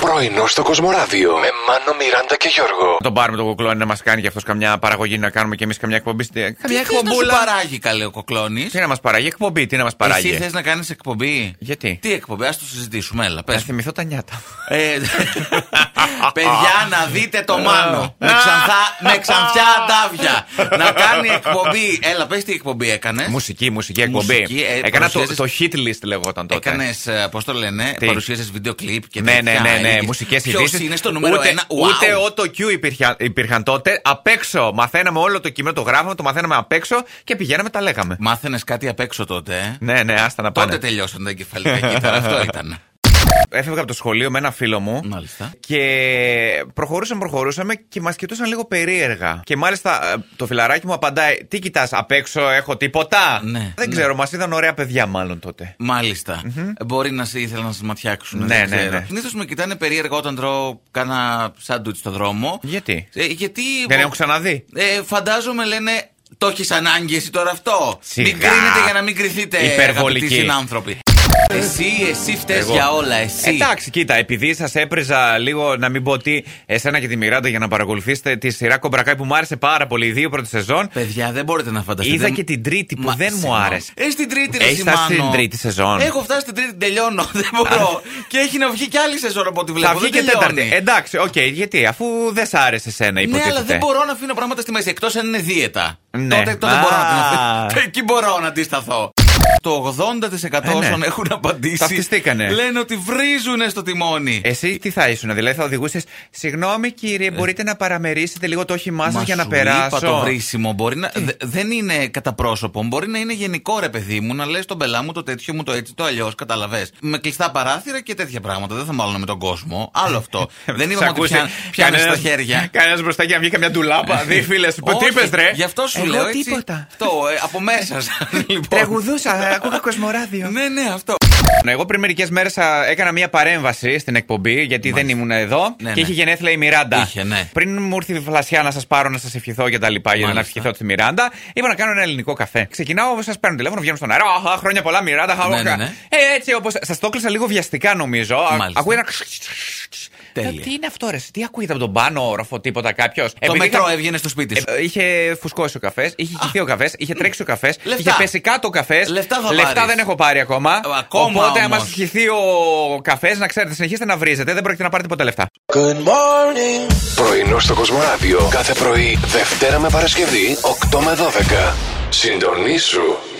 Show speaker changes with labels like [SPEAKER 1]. [SPEAKER 1] Πρωινό στο Κοσμοράδιο με Μάνο, Μιράντα και Γιώργο.
[SPEAKER 2] Να τον πάρουμε τον κοκλόνι να μας κάνει για αυτός καμιά παραγωγή, να κάνουμε κι εμείς καμιά εκπομπή. στην-
[SPEAKER 3] Μια
[SPEAKER 2] Καμιά
[SPEAKER 3] εκπομπούλα.
[SPEAKER 2] εκπομπούλα.
[SPEAKER 3] παράγει, καλέ ο κοκλώνης.
[SPEAKER 2] Τι να μας παράγει, εκπομπή, τι να μας παράγει.
[SPEAKER 3] Εσύ θες να κάνεις εκπομπή.
[SPEAKER 2] Γιατί?
[SPEAKER 3] Τι εκπομπή, ας το συζητήσουμε, έλα.
[SPEAKER 2] Να
[SPEAKER 3] Πες.
[SPEAKER 2] θυμηθώ τα νιάτα.
[SPEAKER 3] Ε, παιδιά, να δείτε το μάνο. με, ξανθά, με ξανθιά αντάβια. να κάνει εκπομπή. Έλα, πες τι εκπομπή έκανες.
[SPEAKER 2] Μουσική, μουσική εκπομπή.
[SPEAKER 3] Ε, Μουσική, ε,
[SPEAKER 2] Έκανα το,
[SPEAKER 3] παρουσιάζεις-
[SPEAKER 2] το hit list λεγόταν τότε.
[SPEAKER 3] Έκανες, πώ ε, το λένε,
[SPEAKER 2] Τι?
[SPEAKER 3] παρουσίασες βίντεο κλιπ και
[SPEAKER 2] Ναι,
[SPEAKER 3] τέτοια.
[SPEAKER 2] ναι, ναι, ναι.
[SPEAKER 3] έλεγες,
[SPEAKER 2] Μουσικές
[SPEAKER 3] ποιος
[SPEAKER 2] ειδήσεις.
[SPEAKER 3] είναι στο νούμερο
[SPEAKER 2] ούτε,
[SPEAKER 3] ένα. Wow.
[SPEAKER 2] Ούτε ότο Q υπήρχαν, υπήρχαν τότε. Απ' έξω. Μαθαίναμε όλο το κείμενο, το γράφαμε, το μαθαίναμε απ' έξω και πηγαίναμε, τα λέγαμε.
[SPEAKER 3] Μάθαινες κάτι απ' έξω τότε. ε.
[SPEAKER 2] Ναι, ναι, άστα να
[SPEAKER 3] Τότε
[SPEAKER 2] πάνε.
[SPEAKER 3] τελειώσαν τα εγκεφαλικά κύτταρα. Αυτό ήταν.
[SPEAKER 2] Έφευγα από το σχολείο με ένα φίλο μου.
[SPEAKER 3] Μάλιστα.
[SPEAKER 2] Και προχωρούσαμε, προχωρούσαμε και μας κοιτούσαν λίγο περίεργα. Και μάλιστα ε, το φιλαράκι μου απαντάει: Τι κοιτάς, απ' έξω έχω τίποτα.
[SPEAKER 3] Ναι,
[SPEAKER 2] Δεν
[SPEAKER 3] ναι.
[SPEAKER 2] ξέρω, μας είδαν ωραία παιδιά μάλλον τότε.
[SPEAKER 3] Μάλιστα. Μπορεί να σε ήθελαν να σας ματιάξουν.
[SPEAKER 2] Ναι,
[SPEAKER 3] δεν
[SPEAKER 2] ναι,
[SPEAKER 3] ξέρω.
[SPEAKER 2] ναι.
[SPEAKER 3] Συνήθως με κοιτάνε περίεργα όταν τρώω κάνα σάντουιτ στο δρόμο.
[SPEAKER 2] Γιατί?
[SPEAKER 3] Ε, γιατί.
[SPEAKER 2] Δεν έχω ξαναδεί.
[SPEAKER 3] Ε, φαντάζομαι λένε. Το έχεις ανάγκη εσύ τώρα αυτό.
[SPEAKER 2] Σιγά.
[SPEAKER 3] Μην κρίνετε για να μην κρυθείτε.
[SPEAKER 2] Υπερβολική.
[SPEAKER 3] Αγαπητοί συνάνθρωποι. Εσύ, εσύ φταίει
[SPEAKER 2] Εγώ. Ε,
[SPEAKER 3] για όλα, εσύ.
[SPEAKER 2] Εντάξει, κοίτα, επειδή σας έπριζα λίγο να μην πω ότι εσένα και τη Μιράντα για να παρακολουθήσετε τη σειρά Κομπρακάι που μου άρεσε πάρα πολύ, οι δύο πρώτες σεζόν.
[SPEAKER 3] Παιδιά, δεν μπορείτε να φανταστείτε.
[SPEAKER 2] Είδα
[SPEAKER 3] Δεν-
[SPEAKER 2] και την τρίτη που δεν μου
[SPEAKER 3] συγγνώμη.
[SPEAKER 2] άρεσε.
[SPEAKER 3] Ε, στην τρίτη, ρε
[SPEAKER 2] Έχεις
[SPEAKER 3] Σιμάνο.
[SPEAKER 2] φτάσει στην τρίτη σεζόν.
[SPEAKER 3] Έχω φτάσει στην τρίτη, τελειώνω. Δεν μπορώ. και έχει να βγει κι άλλη σεζόν από ό,τι βλέπω.
[SPEAKER 2] Θα βγει
[SPEAKER 3] δεν
[SPEAKER 2] και
[SPEAKER 3] τελειώνει.
[SPEAKER 2] τέταρτη. Ε, Εντάξει, οκ, γιατί, αφού δεν σ' άρεσε εσένα,
[SPEAKER 3] Ναι,
[SPEAKER 2] υποτίθεται.
[SPEAKER 3] αλλά δεν μπορώ να αφήνω πράγματα στη μέση. Εκτός αν είναι δίαιτα.
[SPEAKER 2] Ναι.
[SPEAKER 3] Τότε, τότε
[SPEAKER 2] Α.
[SPEAKER 3] μπορώ να την αφήνω. Εκεί μπορώ να αντισταθώ. Το 80%
[SPEAKER 2] Ε, ναι.
[SPEAKER 3] όσων έχουν απαντήσει.
[SPEAKER 2] Ταυτιστήκανε. Ε,
[SPEAKER 3] Λένε ότι βρίζουνε στο τιμόνι.
[SPEAKER 2] Εσύ τι θα ήσουν, δηλαδή θα οδηγούσες. Συγγνώμη κύριε, μπορείτε να παραμερίσετε λίγο το όχημά σας
[SPEAKER 3] Ε, Μα
[SPEAKER 2] για να
[SPEAKER 3] σου είπα,
[SPEAKER 2] περάσω.
[SPEAKER 3] το βρίσιμο μπορεί να, δε- δεν είναι κατά πρόσωπο. Μπορεί να είναι γενικό ρε παιδί μου, να λες τον πελά μου το τέτοιο μου το έτσι, το αλλιώς. Καταλαβέ. Με κλειστά παράθυρα και τέτοια πράγματα. Δεν θα μάλλον με τον κόσμο. Άλλο αυτό.
[SPEAKER 2] Ε,
[SPEAKER 3] δεν είπαμε ότι πιάν, πιάνει στα χέρια. Ε,
[SPEAKER 2] Κανένας μπροστά και να βγει καμιά ντουλάπα. Δει φίλες. Τι
[SPEAKER 3] Όχι,
[SPEAKER 2] είπε, ρε.
[SPEAKER 3] Γι' αυτό σου
[SPEAKER 2] Εγώ
[SPEAKER 3] λέω έτσι.
[SPEAKER 2] τίποτα.
[SPEAKER 3] Αυτό, ε, από μέσα σας. λοιπόν.
[SPEAKER 2] Τραγουδούσα, ακούγα κοσμοράδιο.
[SPEAKER 3] Ναι, ναι, αυτό.
[SPEAKER 2] Εγώ πριν μερικές μέρες έκανα μία παρέμβαση στην εκπομπή, γιατί δεν ήμουν εδώ.
[SPEAKER 3] Ναι,
[SPEAKER 2] και
[SPEAKER 3] ναι.
[SPEAKER 2] είχε γενέθλια η Μιράντα.
[SPEAKER 3] Είχε, ναι.
[SPEAKER 2] Πριν μου ήρθε η φλασιά να σας πάρω, να σας ευχηθώ και τα λοιπά, για να
[SPEAKER 3] Μάλιστα.
[SPEAKER 2] ευχηθώ τη Μιράντα, είπα να κάνω ένα ελληνικό καφέ. Ξεκινάω, σας παίρνω τηλέφωνο, βγαίνω στον αέρα. Αχ, χρόνια πολλά, Μιράντα, χαμόγα.
[SPEAKER 3] Ναι, ναι, ναι.
[SPEAKER 2] Ε, έτσι όπως. Σας το έκλεισα λίγο βιαστικά νομίζω. Α-
[SPEAKER 3] Μάλιστα.
[SPEAKER 2] Ακούει ένα.
[SPEAKER 3] Τέλεια.
[SPEAKER 2] Λέω, Τι είναι αυτό, ρε, τι ακούγεται από τον πάνω όροφο, τίποτα κάποιος.
[SPEAKER 3] Το μετρό έβγαινε στο σπίτι σου.
[SPEAKER 2] Ε, Είχε φουσκώσει ο καφές, είχε χυθεί ο καφές, είχε τρέξει ο καφές,
[SPEAKER 3] Λεφτά.
[SPEAKER 2] είχε πέσει κάτω ο καφές.
[SPEAKER 3] Λεφτά θα πάρεις.
[SPEAKER 2] δεν έχω πάρει ακόμα.
[SPEAKER 3] Ε, ακόμα
[SPEAKER 2] Οπότε, άμα
[SPEAKER 3] όμως.
[SPEAKER 2] σα χυθεί ο καφές, να ξέρετε, συνεχίστε να βρίζετε, δεν πρόκειται να πάρετε ποτέ λεφτά.
[SPEAKER 1] Πρωινό στο Κοσμοράδιο κάθε πρωί, Δευτέρα με Παρασκευή, 8 με 12. Συντονίσου